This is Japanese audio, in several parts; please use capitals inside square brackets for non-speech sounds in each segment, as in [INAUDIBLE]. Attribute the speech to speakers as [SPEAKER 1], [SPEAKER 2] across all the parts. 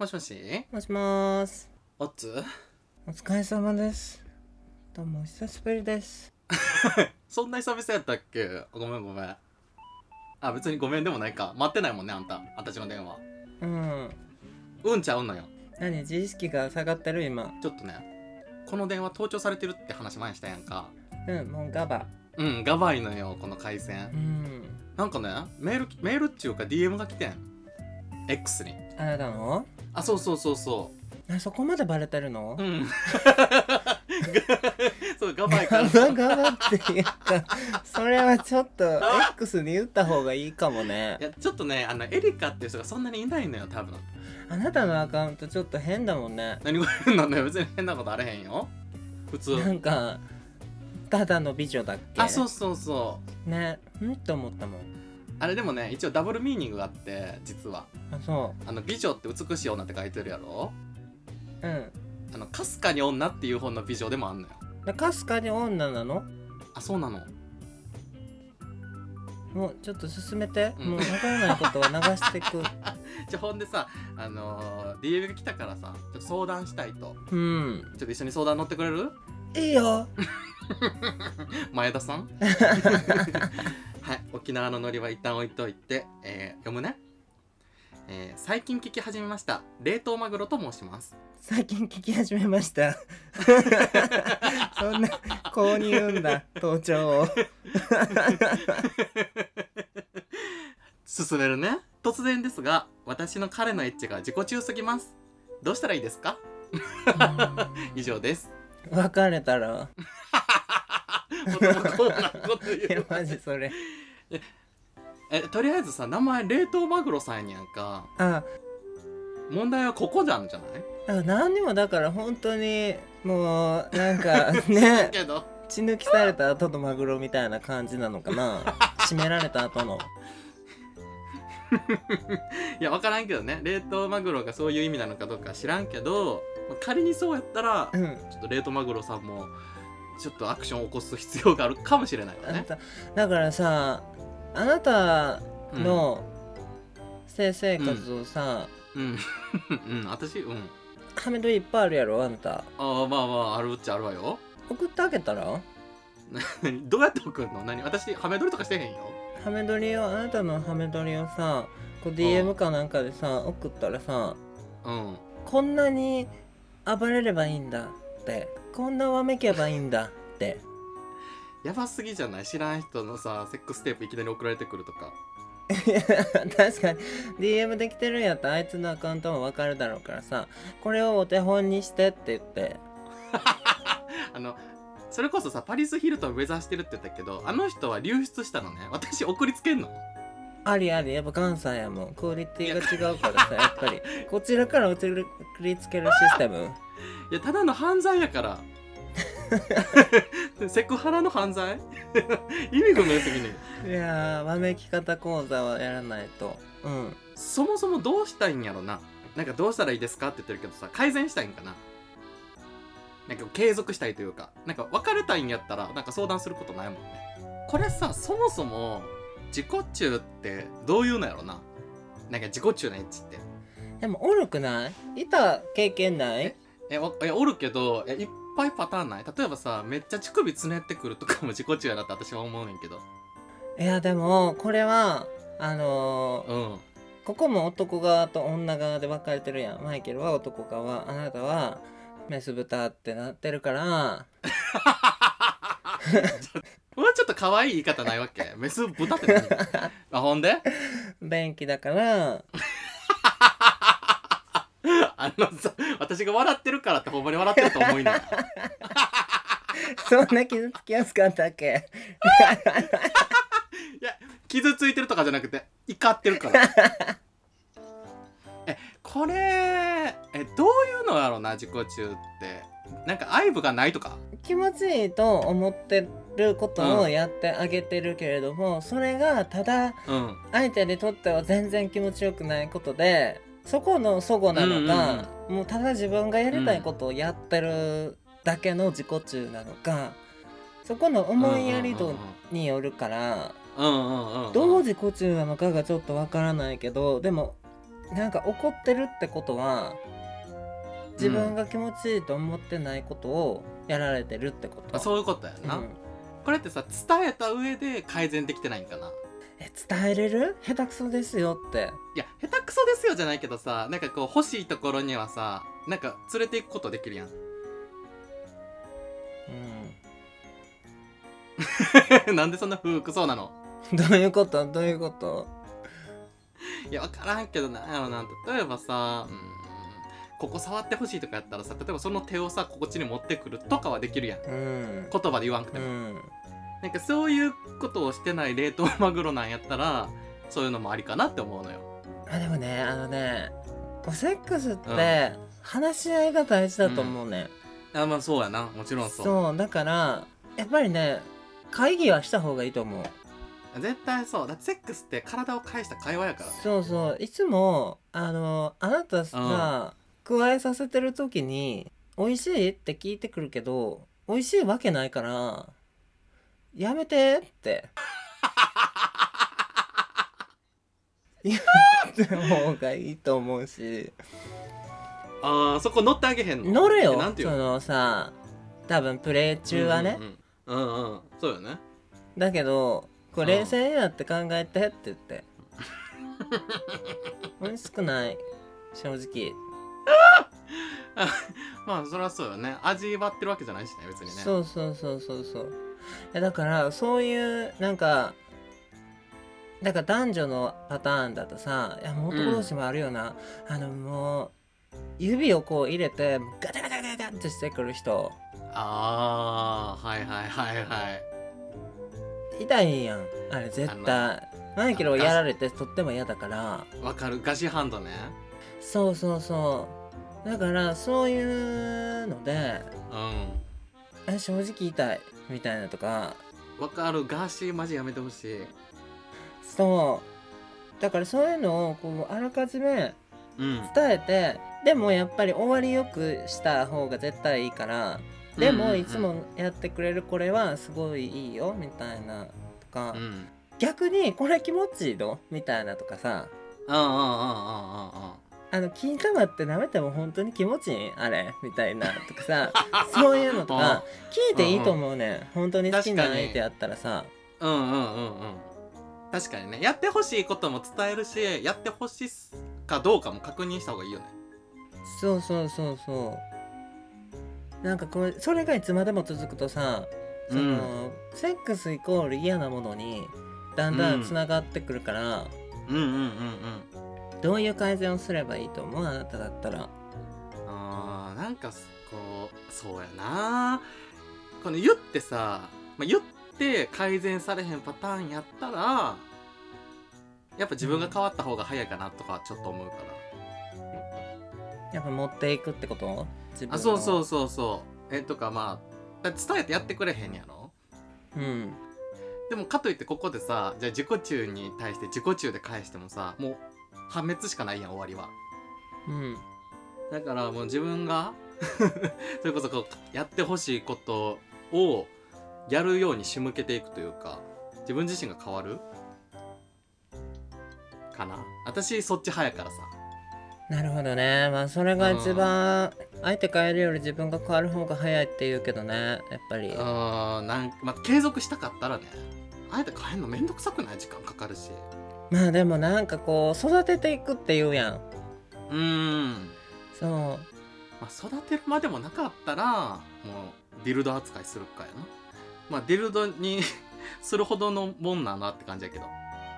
[SPEAKER 1] もしもし
[SPEAKER 2] もしもーす。
[SPEAKER 1] おっつ
[SPEAKER 2] お疲れ様です。どうもお久しぶりです。
[SPEAKER 1] そんな久々やったっけごめんごめん。あ、別にごめんでもないか。待ってないもんね、あんた。あたちの電話。
[SPEAKER 2] うん。
[SPEAKER 1] うんちゃうのよ。
[SPEAKER 2] 何自意識が下がってる今。
[SPEAKER 1] ちょっとね、この電話盗聴されてるって話前にしたやんか。
[SPEAKER 2] うん、もうガバ。
[SPEAKER 1] うん、ガバいのよ、この回
[SPEAKER 2] う
[SPEAKER 1] 線。
[SPEAKER 2] ん。
[SPEAKER 1] なんかね、メール、メールっちゅうか DM が来てん。X に。
[SPEAKER 2] あなたの
[SPEAKER 1] あ、そうそうそうそ
[SPEAKER 2] あそこまでバレてるの
[SPEAKER 1] う。
[SPEAKER 2] [LAUGHS]
[SPEAKER 1] うん。 [LAUGHS] そう、ガバいから。
[SPEAKER 2] ガバガバっていうか、それはちょっと X に言った方がいいかもね
[SPEAKER 1] い。や、ちょっとね、あの、エリカっていう人がそんなにいないのよ、多分。
[SPEAKER 2] あなたのアカウントちょっと変だもんね。
[SPEAKER 1] 何が変なんだよ、別に変なことあれへんよ。普通。
[SPEAKER 2] なんか、ただの美女だっけ
[SPEAKER 1] あそうそうそう
[SPEAKER 2] ね。うんって思ったもん。
[SPEAKER 1] あれでもね一応ダブルミーニングがあって実は
[SPEAKER 2] あ、そ
[SPEAKER 1] あの美女って美しい女って書いてるやろ
[SPEAKER 2] う。うん。
[SPEAKER 1] あのかすかに女っていう本の美女でもあんのよ
[SPEAKER 2] でかすかに女なの
[SPEAKER 1] あそうなの
[SPEAKER 2] もうちょっと進めて、
[SPEAKER 1] うん
[SPEAKER 2] もう分からないことは流していく
[SPEAKER 1] じゃあほんでさあのー、DM が来たからさちょっと相談したいと
[SPEAKER 2] うん
[SPEAKER 1] ちょっと一緒に相談乗ってくれる
[SPEAKER 2] いいよ
[SPEAKER 1] 前田 [LAUGHS] さんはい沖縄のノリは一旦置いといて、えー読むね、えー最近聞き始めました冷凍マグロと申します
[SPEAKER 2] 最近聞き始めました
[SPEAKER 1] [LAUGHS]
[SPEAKER 2] そんな購入うんだ盗聴を
[SPEAKER 1] 進めるね突然ですが私の彼のエッチが自己中すぎますどうしたらいいですか以上
[SPEAKER 2] [LAUGHS]
[SPEAKER 1] です
[SPEAKER 2] 別れたら
[SPEAKER 1] 男なこと
[SPEAKER 2] い
[SPEAKER 1] 言
[SPEAKER 2] や
[SPEAKER 1] う
[SPEAKER 2] マジそれ
[SPEAKER 1] えとりあえずさ名前冷凍マグロさんやんか
[SPEAKER 2] あ
[SPEAKER 1] 問題はここじゃんじゃない
[SPEAKER 2] だから何にもだから本当にもうなん
[SPEAKER 1] [LAUGHS]
[SPEAKER 2] かね
[SPEAKER 1] けど
[SPEAKER 2] 血抜きされた後のマグロみたいな感じなのかな締められた後の
[SPEAKER 1] いや分からんけどね冷凍マグロがそういう意味なのかどうか知らんけどまあ仮にそうやったら
[SPEAKER 2] う
[SPEAKER 1] ち
[SPEAKER 2] ん
[SPEAKER 1] ょっと冷凍マグロさんもちょっとアクションを起こす必要があるかもしれないわ
[SPEAKER 2] あな [LAUGHS]
[SPEAKER 1] ね、
[SPEAKER 2] ただからさあなた
[SPEAKER 1] うん、
[SPEAKER 2] の性生活をさ、
[SPEAKER 1] うんうん私うん
[SPEAKER 2] ハメ撮りいっぱいあるやろあんた
[SPEAKER 1] ああまあまああるっちゃあるわよ
[SPEAKER 2] 送ってあげたら
[SPEAKER 1] [LAUGHS] 何どうやって送るの何私ハメ撮りとかしてへんよ
[SPEAKER 2] ハメ撮りをあなたのハメ撮りをさこう DM かなんかでさ送ったらさ
[SPEAKER 1] うん
[SPEAKER 2] こんなに暴れればいいんだってこんなわめけばいいんだって [LAUGHS]
[SPEAKER 1] やばすぎじゃない知らん人のさセックステープいきなり送られてくるとか
[SPEAKER 2] いや確かに DM できてるんやったらあいつのアカウントもわかるだろうからさこれをお手本にしてって言って
[SPEAKER 1] あのそれこそさパリス・ヒルトン目指してるって言ったけどあの人は流出したのね私送りつけんの
[SPEAKER 2] ありありやっぱ関西やもんクオリティが違うからさやっぱりこちらから送りつけるシステム
[SPEAKER 1] いやただの犯罪やからセクハラの犯罪 [LAUGHS] 意味不明すぎね
[SPEAKER 2] いやーわめき方講座はやらないとうん
[SPEAKER 1] そもそもどうしたいんやろななんかどうしたらいいですかって言ってるけどさ改善したいんかななんか継続したいというかなんか別れたいんやったらなんか相談することないもんねこれさそもそも自己中ってどういうのやろななんか自己中なエッチって
[SPEAKER 2] でもおるくないいた経験ない
[SPEAKER 1] えわえおるけどえいっぱいパターンない例えばさめっちゃ乳首つねってくるとかも自己中やなって私は思うねんけど
[SPEAKER 2] いやでもこれはあのー
[SPEAKER 1] うん
[SPEAKER 2] ここも男側と女側で分かれてるやんマイケルは男側あなたはメス豚ってなってるから
[SPEAKER 1] もうちょっと可愛い言い方ないわけメス豚って何あほんで
[SPEAKER 2] 便器だから
[SPEAKER 1] あのさ私が笑ってるからってほんまに笑ってると思いな
[SPEAKER 2] [LAUGHS] そんな傷つきやすかったっけ
[SPEAKER 1] 傷ついてるとかじゃなくて怒ってるから
[SPEAKER 2] [LAUGHS]
[SPEAKER 1] えこれえどういうのやろな自己中ってなんか愛部がないとか
[SPEAKER 2] 気持ちいいと思ってること
[SPEAKER 1] う
[SPEAKER 2] を
[SPEAKER 1] ん
[SPEAKER 2] やってあげてるけれども、それがただ
[SPEAKER 1] うん
[SPEAKER 2] 相手にとっては全然気持ちよくないことでそこの齟齬なのか、もうただ自分がやりたいことをやってるだけの自己中なのかそこの思いやり度によるから、
[SPEAKER 1] うんうんうんうんうんうんうん
[SPEAKER 2] どう自己中なのかがちょっとわからないけどでもなんか怒ってるってことは自分が気持ちいいと思ってないことをやられてるってこと、
[SPEAKER 1] あそういうことや
[SPEAKER 2] うん
[SPEAKER 1] な、これってさ伝えた上で改善できてないんかな
[SPEAKER 2] え伝えれる下手くそですよって
[SPEAKER 1] いや下手くそですよじゃないけどさなんかこう欲しいところにはさなんか連れていくことできるやん
[SPEAKER 2] う
[SPEAKER 1] なん [LAUGHS] でそんな不服そうなの
[SPEAKER 2] んどういうことどういうこと
[SPEAKER 1] いや分からんけどなんやろな例えばさうーんここ触ってほしいとかやったらさ例えばその手をさこっちに持ってくるとかはできるやん
[SPEAKER 2] うん
[SPEAKER 1] 言葉で言わんくて
[SPEAKER 2] う
[SPEAKER 1] も、
[SPEAKER 2] ん
[SPEAKER 1] なんかそういうことをしてない冷凍マグロなんやったらそういうのもありかなって思うのよ
[SPEAKER 2] あでもねあのねこうセックスって話し合いが大事だと思うね、
[SPEAKER 1] あまあそうやなもちろんそう
[SPEAKER 2] そうだからやっぱりね会議はした方がいいと思う
[SPEAKER 1] 絶対そうだってセックスって体を介した会話やからね
[SPEAKER 2] そうそういつもあのあなたさ、加えさせてる時に「美味しい?」って聞いてくるけど美味しいわけないからやめ
[SPEAKER 1] [LAUGHS]
[SPEAKER 2] てって言った方がいいと思うし
[SPEAKER 1] あーそこ乗ってあげへんの
[SPEAKER 2] 乗るよ
[SPEAKER 1] なんていう
[SPEAKER 2] そ
[SPEAKER 1] の
[SPEAKER 2] のさ多分プレイ中はね、
[SPEAKER 1] うんうん、うんうんそうよね
[SPEAKER 2] だけどこれ冷静になって考えてって
[SPEAKER 1] [LAUGHS]
[SPEAKER 2] 言って美味しくない正直、
[SPEAKER 1] まあそれはそうよね味わってるわけじゃないしね別にね
[SPEAKER 2] そうそうそうそうそういやだからそういうなんかだから男女のパターンだとさいやもう男同士もあるよな、あのもう指をこう入れてガタガタガタガタってしてくる人
[SPEAKER 1] ああはいはいはいはい
[SPEAKER 2] 痛いやんあれ絶対マイケルをやられてとっても嫌だから
[SPEAKER 1] わかるガシハンドね
[SPEAKER 2] そうそうそうだからそういうので
[SPEAKER 1] う
[SPEAKER 2] あ正直痛いみたいなとか
[SPEAKER 1] んわかるガシマジやめてほしい
[SPEAKER 2] そうだからそういうのをこうあらかじめ
[SPEAKER 1] うん
[SPEAKER 2] 伝えてでもやっぱり終わりよくした方が絶対いいからで
[SPEAKER 1] うんうん
[SPEAKER 2] も
[SPEAKER 1] うん
[SPEAKER 2] いつもやってくれるこれはすごいいいよみたいなとか、
[SPEAKER 1] うんうん
[SPEAKER 2] 逆にこれ気持ちいいのみたいなとかさ
[SPEAKER 1] うんうんうんうんうん
[SPEAKER 2] あの金玉って舐めても本当に気持ちいいあれみたいなとか
[SPEAKER 1] [LAUGHS]
[SPEAKER 2] さそういうのとか聞いていいと思うね、ん、本当に好きな相手やったらさ
[SPEAKER 1] うんうんうんうん確かにねやってほしいことも伝えるしやってほしいかどうかも確認した方がいいよね
[SPEAKER 2] そうそうそうそうなんかこれそれがいつまでも続くとさその、セックスイコール嫌なものにだんだんつながってくるから、
[SPEAKER 1] うんうんうんうん
[SPEAKER 2] どういう改善をすればいいと思うあなただったら
[SPEAKER 1] あーなんかすこうそうやなこの言ってさ、まあ、言って改善されへんパターンやったらやっぱ自分が変わった方が早いかなとかちょっと思うから、
[SPEAKER 2] やっぱ持っていくってこと自分の
[SPEAKER 1] あそうそうそうそうえとかまあだって伝えてやってくれへんやろ
[SPEAKER 2] うん
[SPEAKER 1] でもかといってここでさじゃあ自己中に対して自己中で返してもさもう破滅しかないやん終わりは
[SPEAKER 2] うん
[SPEAKER 1] だからもう自分が [LAUGHS] それこそこうやってほしいことをやるように仕向けていくというか自分自身が変わるかな私そっち早いからさ
[SPEAKER 2] なるほどねまあそれが一番相手変えるより自分が変わる方が早いって言うけどねやっぱり
[SPEAKER 1] うーんなんまあ、継続したかったらねあえて変えるのめんどくさくない時間かかるし
[SPEAKER 2] まあでもなんかこう育てていくって言うやん
[SPEAKER 1] うーん
[SPEAKER 2] そう
[SPEAKER 1] まあ、育てるまでもなかったらもうディルド扱いするかやなまあディルドにするほどのもんななって感じやけど、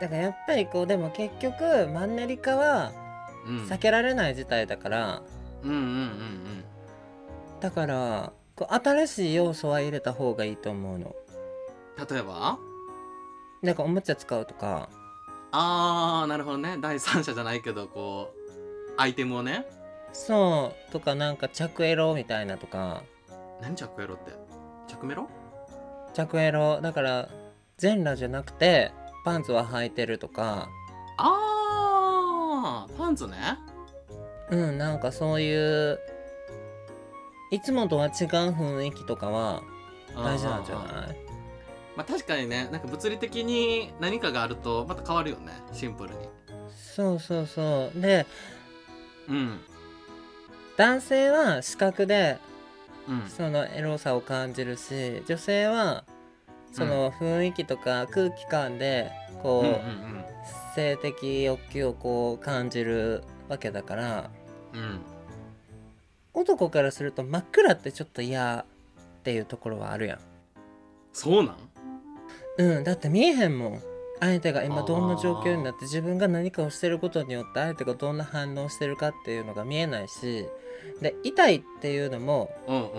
[SPEAKER 2] だからやっぱりこうでも結局マンネリ化は
[SPEAKER 1] うん、
[SPEAKER 2] 避けられない事態だから、
[SPEAKER 1] うんうんうん
[SPEAKER 2] だからこう新しい要素は入れた方がいいと思うの
[SPEAKER 1] うん例えば
[SPEAKER 2] なんかおもちゃ使うとか
[SPEAKER 1] あーなるほどね第三者じゃないけどこうアイテムをね
[SPEAKER 2] そうとかなんか着エロみたいなとか
[SPEAKER 1] 何着エロって着メロ
[SPEAKER 2] 着エロだから全裸じゃなくてパンツは履いてるとか
[SPEAKER 1] あーパンツね
[SPEAKER 2] うんなんかそういういつもとは違う雰囲気とかは大事なんじゃ
[SPEAKER 1] い、
[SPEAKER 2] ない
[SPEAKER 1] まあ、確かにねなんか物理的に何かがあるとまた変わるよねシンプルに
[SPEAKER 2] そうそうそうで
[SPEAKER 1] うん
[SPEAKER 2] 男性は視覚で
[SPEAKER 1] うん
[SPEAKER 2] そのエロさを感じるし女性はその雰囲気とか空気感でこ
[SPEAKER 1] うん
[SPEAKER 2] う、
[SPEAKER 1] うん
[SPEAKER 2] 性的欲求をこう感じるわけだから
[SPEAKER 1] うんうん
[SPEAKER 2] 男からすると真っ暗ってちょっと嫌っていうところはあるやん
[SPEAKER 1] そうなん
[SPEAKER 2] うんだって見えへんもん相手が今
[SPEAKER 1] あー
[SPEAKER 2] どんな状況になって自分が何かをしてることによって相手がどんな反応してるかっていうのが見えないしで痛いっていうのも
[SPEAKER 1] うんうんう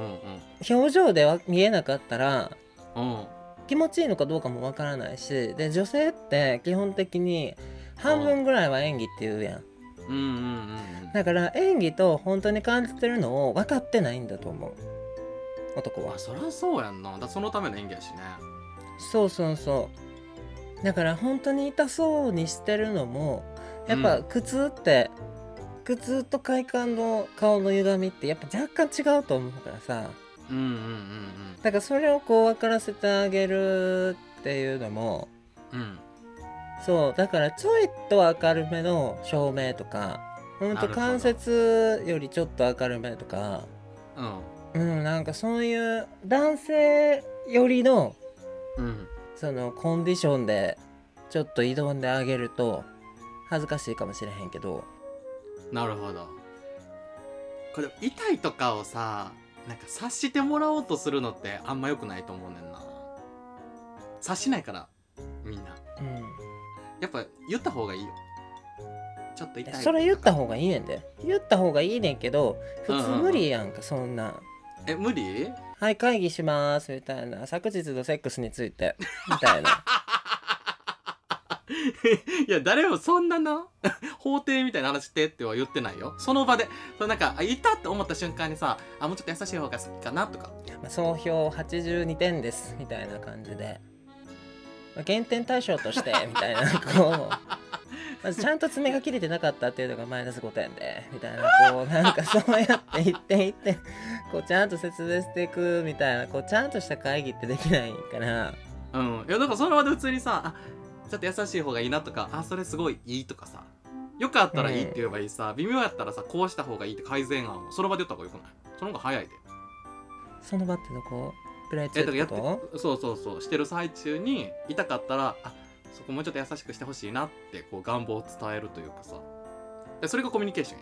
[SPEAKER 1] ん
[SPEAKER 2] 表情では見えなかったら
[SPEAKER 1] うん
[SPEAKER 2] 気持ちいいのかどうかもわからないしで女性って基本的に半分ぐらいは演技っていうやん
[SPEAKER 1] うんうんうんうん
[SPEAKER 2] だから演技と本当に感じてるのを分かってないんだと思う男
[SPEAKER 1] ま
[SPEAKER 2] は
[SPEAKER 1] あそりゃそうやんなだそのための演技やしね
[SPEAKER 2] そうそうそうだから本当に痛そうにしてるのもやっ
[SPEAKER 1] う
[SPEAKER 2] ぱ
[SPEAKER 1] ん
[SPEAKER 2] 苦痛って、苦痛と快感の顔の歪みってやっぱ若干違うと思うからさ
[SPEAKER 1] うんうん
[SPEAKER 2] だからそれをこう分からせてあげるっていうのも
[SPEAKER 1] うんうん
[SPEAKER 2] そうだからちょいと明るめの照明とかほん
[SPEAKER 1] なる
[SPEAKER 2] と
[SPEAKER 1] ほど
[SPEAKER 2] 関節よりちょっと明るめとか
[SPEAKER 1] うん
[SPEAKER 2] うんなんかそういう男性よりの
[SPEAKER 1] うん
[SPEAKER 2] そのコンディションでちょっと挑んであげると恥ずかしいかもしれへんけど
[SPEAKER 1] なるほどこれ痛いとかをさなんか察してもらおうとするのってあんま良くないと思うねんな察しないからみんな
[SPEAKER 2] うん
[SPEAKER 1] やっぱ言った方がいいよちょっと痛い
[SPEAKER 2] それ言った方がいいねんで言った方がいいねんけど普
[SPEAKER 1] うんうん
[SPEAKER 2] 通
[SPEAKER 1] うん
[SPEAKER 2] 無理やんかそんな
[SPEAKER 1] え無理
[SPEAKER 2] 「はい会議します」みたいな「昨日のセックスについて」みたいな
[SPEAKER 1] [LAUGHS] いや誰もそんなな [LAUGHS] 法廷みたいな話してっては言ってないよその場でそのなんかあ痛って思った瞬間にさあもうちょっと優しい方が好きかなとか
[SPEAKER 2] 「まあ総評82点です」みたいな感じでまあ減点対象と [LAUGHS] してみたいなこうまずちゃんと爪が切れてなかったっていうのがマイナス5点でみたいなこうなんかそうやって一点一点こうちゃんと説明していくみたいなこうちゃんとした会議ってできないから
[SPEAKER 1] うんいやだからその場で普通にさあちょっと優しい方がいいなとかあそれすごいいいとかさよかったらいいって言えばいいさ、微妙やったらさこうした方がいいって改善案をその場で言った方がよくないその方が早いで
[SPEAKER 2] その場ってどこプレイ中
[SPEAKER 1] え
[SPEAKER 2] っ
[SPEAKER 1] だから
[SPEAKER 2] て
[SPEAKER 1] やっ
[SPEAKER 2] こ
[SPEAKER 1] て
[SPEAKER 2] と
[SPEAKER 1] そうそうそうしてる最中に痛かったらあそこもうちょっと優しくしてほしいなってこう願望を伝えるというかさでそれがコミュニケーション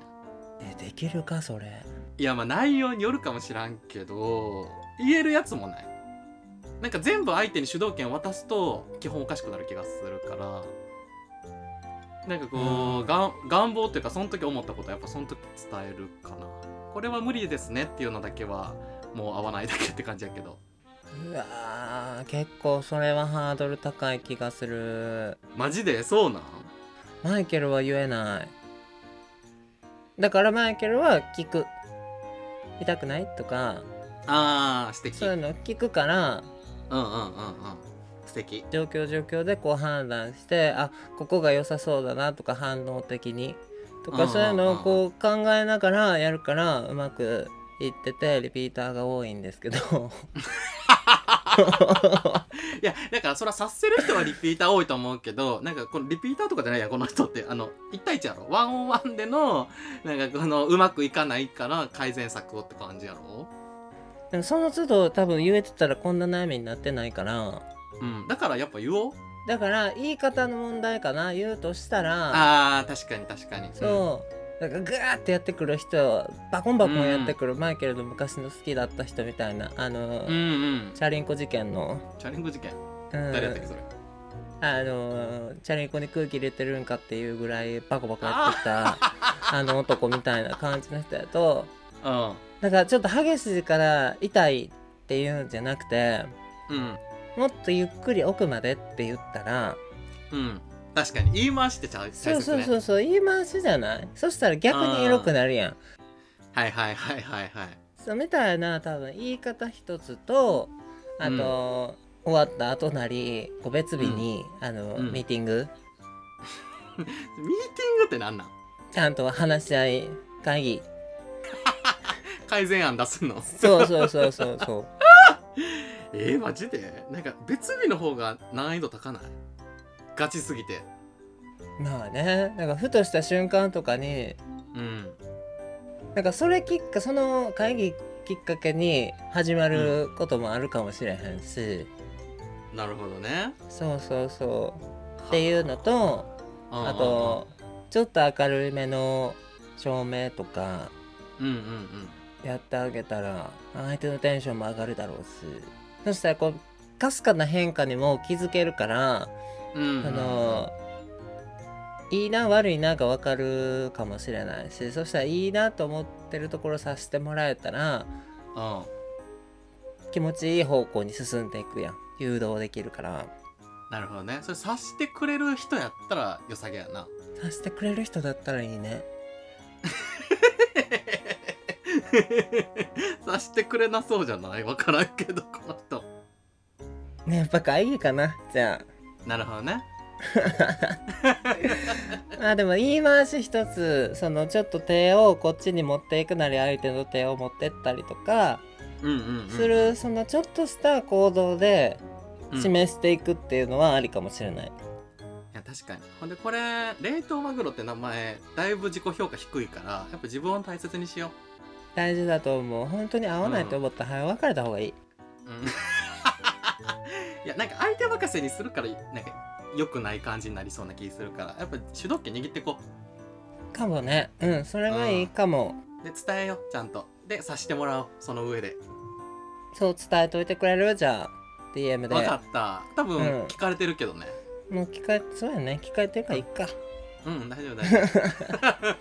[SPEAKER 1] や
[SPEAKER 2] えできるかそれ
[SPEAKER 1] いやまあ内容によるかもしらんけど言えるやつもないなんか全部相手に主導権を渡すと基本おかしくなる気がするからなんかこう、がん願望というかその時思ったことはやっぱその時伝えるかなこれは無理ですねっていうのだけはもう合わないだけって感じやけど
[SPEAKER 2] うわー結構それはハードル高い気がする
[SPEAKER 1] マジでそうなん
[SPEAKER 2] マイケルは言えないだからマイケルは聞く痛くないとか
[SPEAKER 1] あー素敵
[SPEAKER 2] そういうの聞くから
[SPEAKER 1] うんうんうんうん素敵
[SPEAKER 2] 状況状況でこう判断してあここが良さそうだなとか反応的にと
[SPEAKER 1] うんうんう
[SPEAKER 2] か
[SPEAKER 1] ん
[SPEAKER 2] そういうのをこう考えながらやるからうまくいっててリピーターが多いんですけど [LAUGHS]
[SPEAKER 1] いやだからそれは察せる人はリピーター多いと思うけどなんかこのリピーターとかじゃないやこの人ってあの1対1やろワンオンワンでのなんかこのうまくいかないから改善策をって感じやろ
[SPEAKER 2] でもその都度多分言えてたらこんな悩みになってないから
[SPEAKER 1] うんだからやっぱ言おう
[SPEAKER 2] だから言い方の問題かな言うとしたら
[SPEAKER 1] あー確かに確かに
[SPEAKER 2] そう、なんかグーってやってくる人バコンバコンやってくる、マイケルの昔の好きだった人みたいなあの、
[SPEAKER 1] うんうんうん
[SPEAKER 2] チャリンコ事件の、
[SPEAKER 1] チャレンジ事件
[SPEAKER 2] うん
[SPEAKER 1] 誰やったっけそれ
[SPEAKER 2] あのチャリンコに空気入れてるんかっていうぐらいバコバコやってきた
[SPEAKER 1] [LAUGHS]
[SPEAKER 2] あの男みたいな感じの人やと
[SPEAKER 1] うん
[SPEAKER 2] だからちょっと激しいから痛いっていうんじゃなくて
[SPEAKER 1] うん
[SPEAKER 2] もっとゆっくり奥までって言ったら、
[SPEAKER 1] うん確かに言い回してちゃう
[SPEAKER 2] そうそう
[SPEAKER 1] う
[SPEAKER 2] そうそう言い回しじゃないそしたら逆にエロくなるやん。
[SPEAKER 1] はいはいはいはいはい
[SPEAKER 2] そうみたいな多分言い方一つとあと、終わった後なり個別日に、あの
[SPEAKER 1] うん
[SPEAKER 2] ミーティング
[SPEAKER 1] ミーティングってなんなん
[SPEAKER 2] ちゃんと話し合い会議
[SPEAKER 1] 改善案出すの
[SPEAKER 2] そうそうそうそうそう [LAUGHS]
[SPEAKER 1] えー、マジでなんか別日の方が難易度高ないガチすぎて
[SPEAKER 2] まあねなんかふとした瞬間とかに
[SPEAKER 1] うん
[SPEAKER 2] なんかそれきっかその会議きっかけに始まることもあるかもしれへんし、
[SPEAKER 1] なるほどね
[SPEAKER 2] そうそうそうっていうのと
[SPEAKER 1] はあ
[SPEAKER 2] あとちょっと明るめの照明とか
[SPEAKER 1] うんうんうん
[SPEAKER 2] やってあげたら相手のテンションも上がるだろうしそしたらこうかすかな変化にも気づけるから、
[SPEAKER 1] うんうん
[SPEAKER 2] あのいいな悪いなが分かるかもしれないしそしたらいいなと思ってるところさせてもらえたら
[SPEAKER 1] うん
[SPEAKER 2] 気持ちいい方向に進んでいくやん誘導できるから
[SPEAKER 1] なるほどねそれ察してくれる人やったら良さげやな [LAUGHS]
[SPEAKER 2] させてくれる人だったらいいね
[SPEAKER 1] 察してくれなそうじゃないわからんけどこの人
[SPEAKER 2] ねやっぱ会議かなじゃ
[SPEAKER 1] なるほどね
[SPEAKER 2] ああでも言い回し一つそのちょっと手をこっちに持っていくなり相手の手を持ってったりとか
[SPEAKER 1] うんうん、うん、
[SPEAKER 2] するそのちょっとした行動で
[SPEAKER 1] うん
[SPEAKER 2] 示していくっていうのはありかもしれない、
[SPEAKER 1] いや確かにほんでこれ冷凍マグロって名前だいぶ自己評価低いからやっぱ自分を大切にしよ、
[SPEAKER 2] 大事だと思う本当に合わないと思ったら、早く別れた方がいいう
[SPEAKER 1] うん、 [LAUGHS] いやなんか相手任せにするからなんか良くない感じになりそうな気するからやっぱ主導権握ってこ
[SPEAKER 2] かもねうんそれがいいかも、
[SPEAKER 1] うで伝えようちゃんとで察してもらおうその上で
[SPEAKER 2] そう伝えといてくれるじゃあ DM で
[SPEAKER 1] 分かった多
[SPEAKER 2] う
[SPEAKER 1] 分
[SPEAKER 2] ん
[SPEAKER 1] 聞かれてるけどね
[SPEAKER 2] もう聞かそうやね聞かれてるからいっか
[SPEAKER 1] うん、大丈夫大丈夫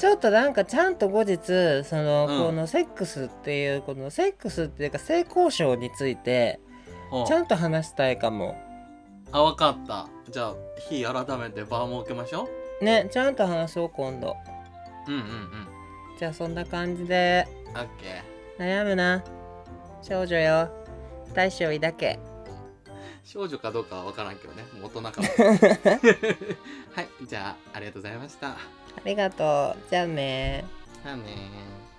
[SPEAKER 2] ちょっとなんかちゃんと後日その、
[SPEAKER 1] うん
[SPEAKER 2] このセックスっていうこのセックスっていうか性交渉について [LAUGHS]
[SPEAKER 1] おう
[SPEAKER 2] ちゃんと話したいかも
[SPEAKER 1] あ分かったじゃあ日改めて場を設けましょ
[SPEAKER 2] ねちゃんと話そう今度
[SPEAKER 1] ううんうん
[SPEAKER 2] じゃあそんな感じで
[SPEAKER 1] うんオッケ
[SPEAKER 2] 悩むな少女よ大将いだけ
[SPEAKER 1] ー少女かどうかは分からんけどねもう大人
[SPEAKER 2] [LAUGHS]
[SPEAKER 1] かもはいじゃあありがとうございました
[SPEAKER 2] ありがとうじゃあね
[SPEAKER 1] じゃあねー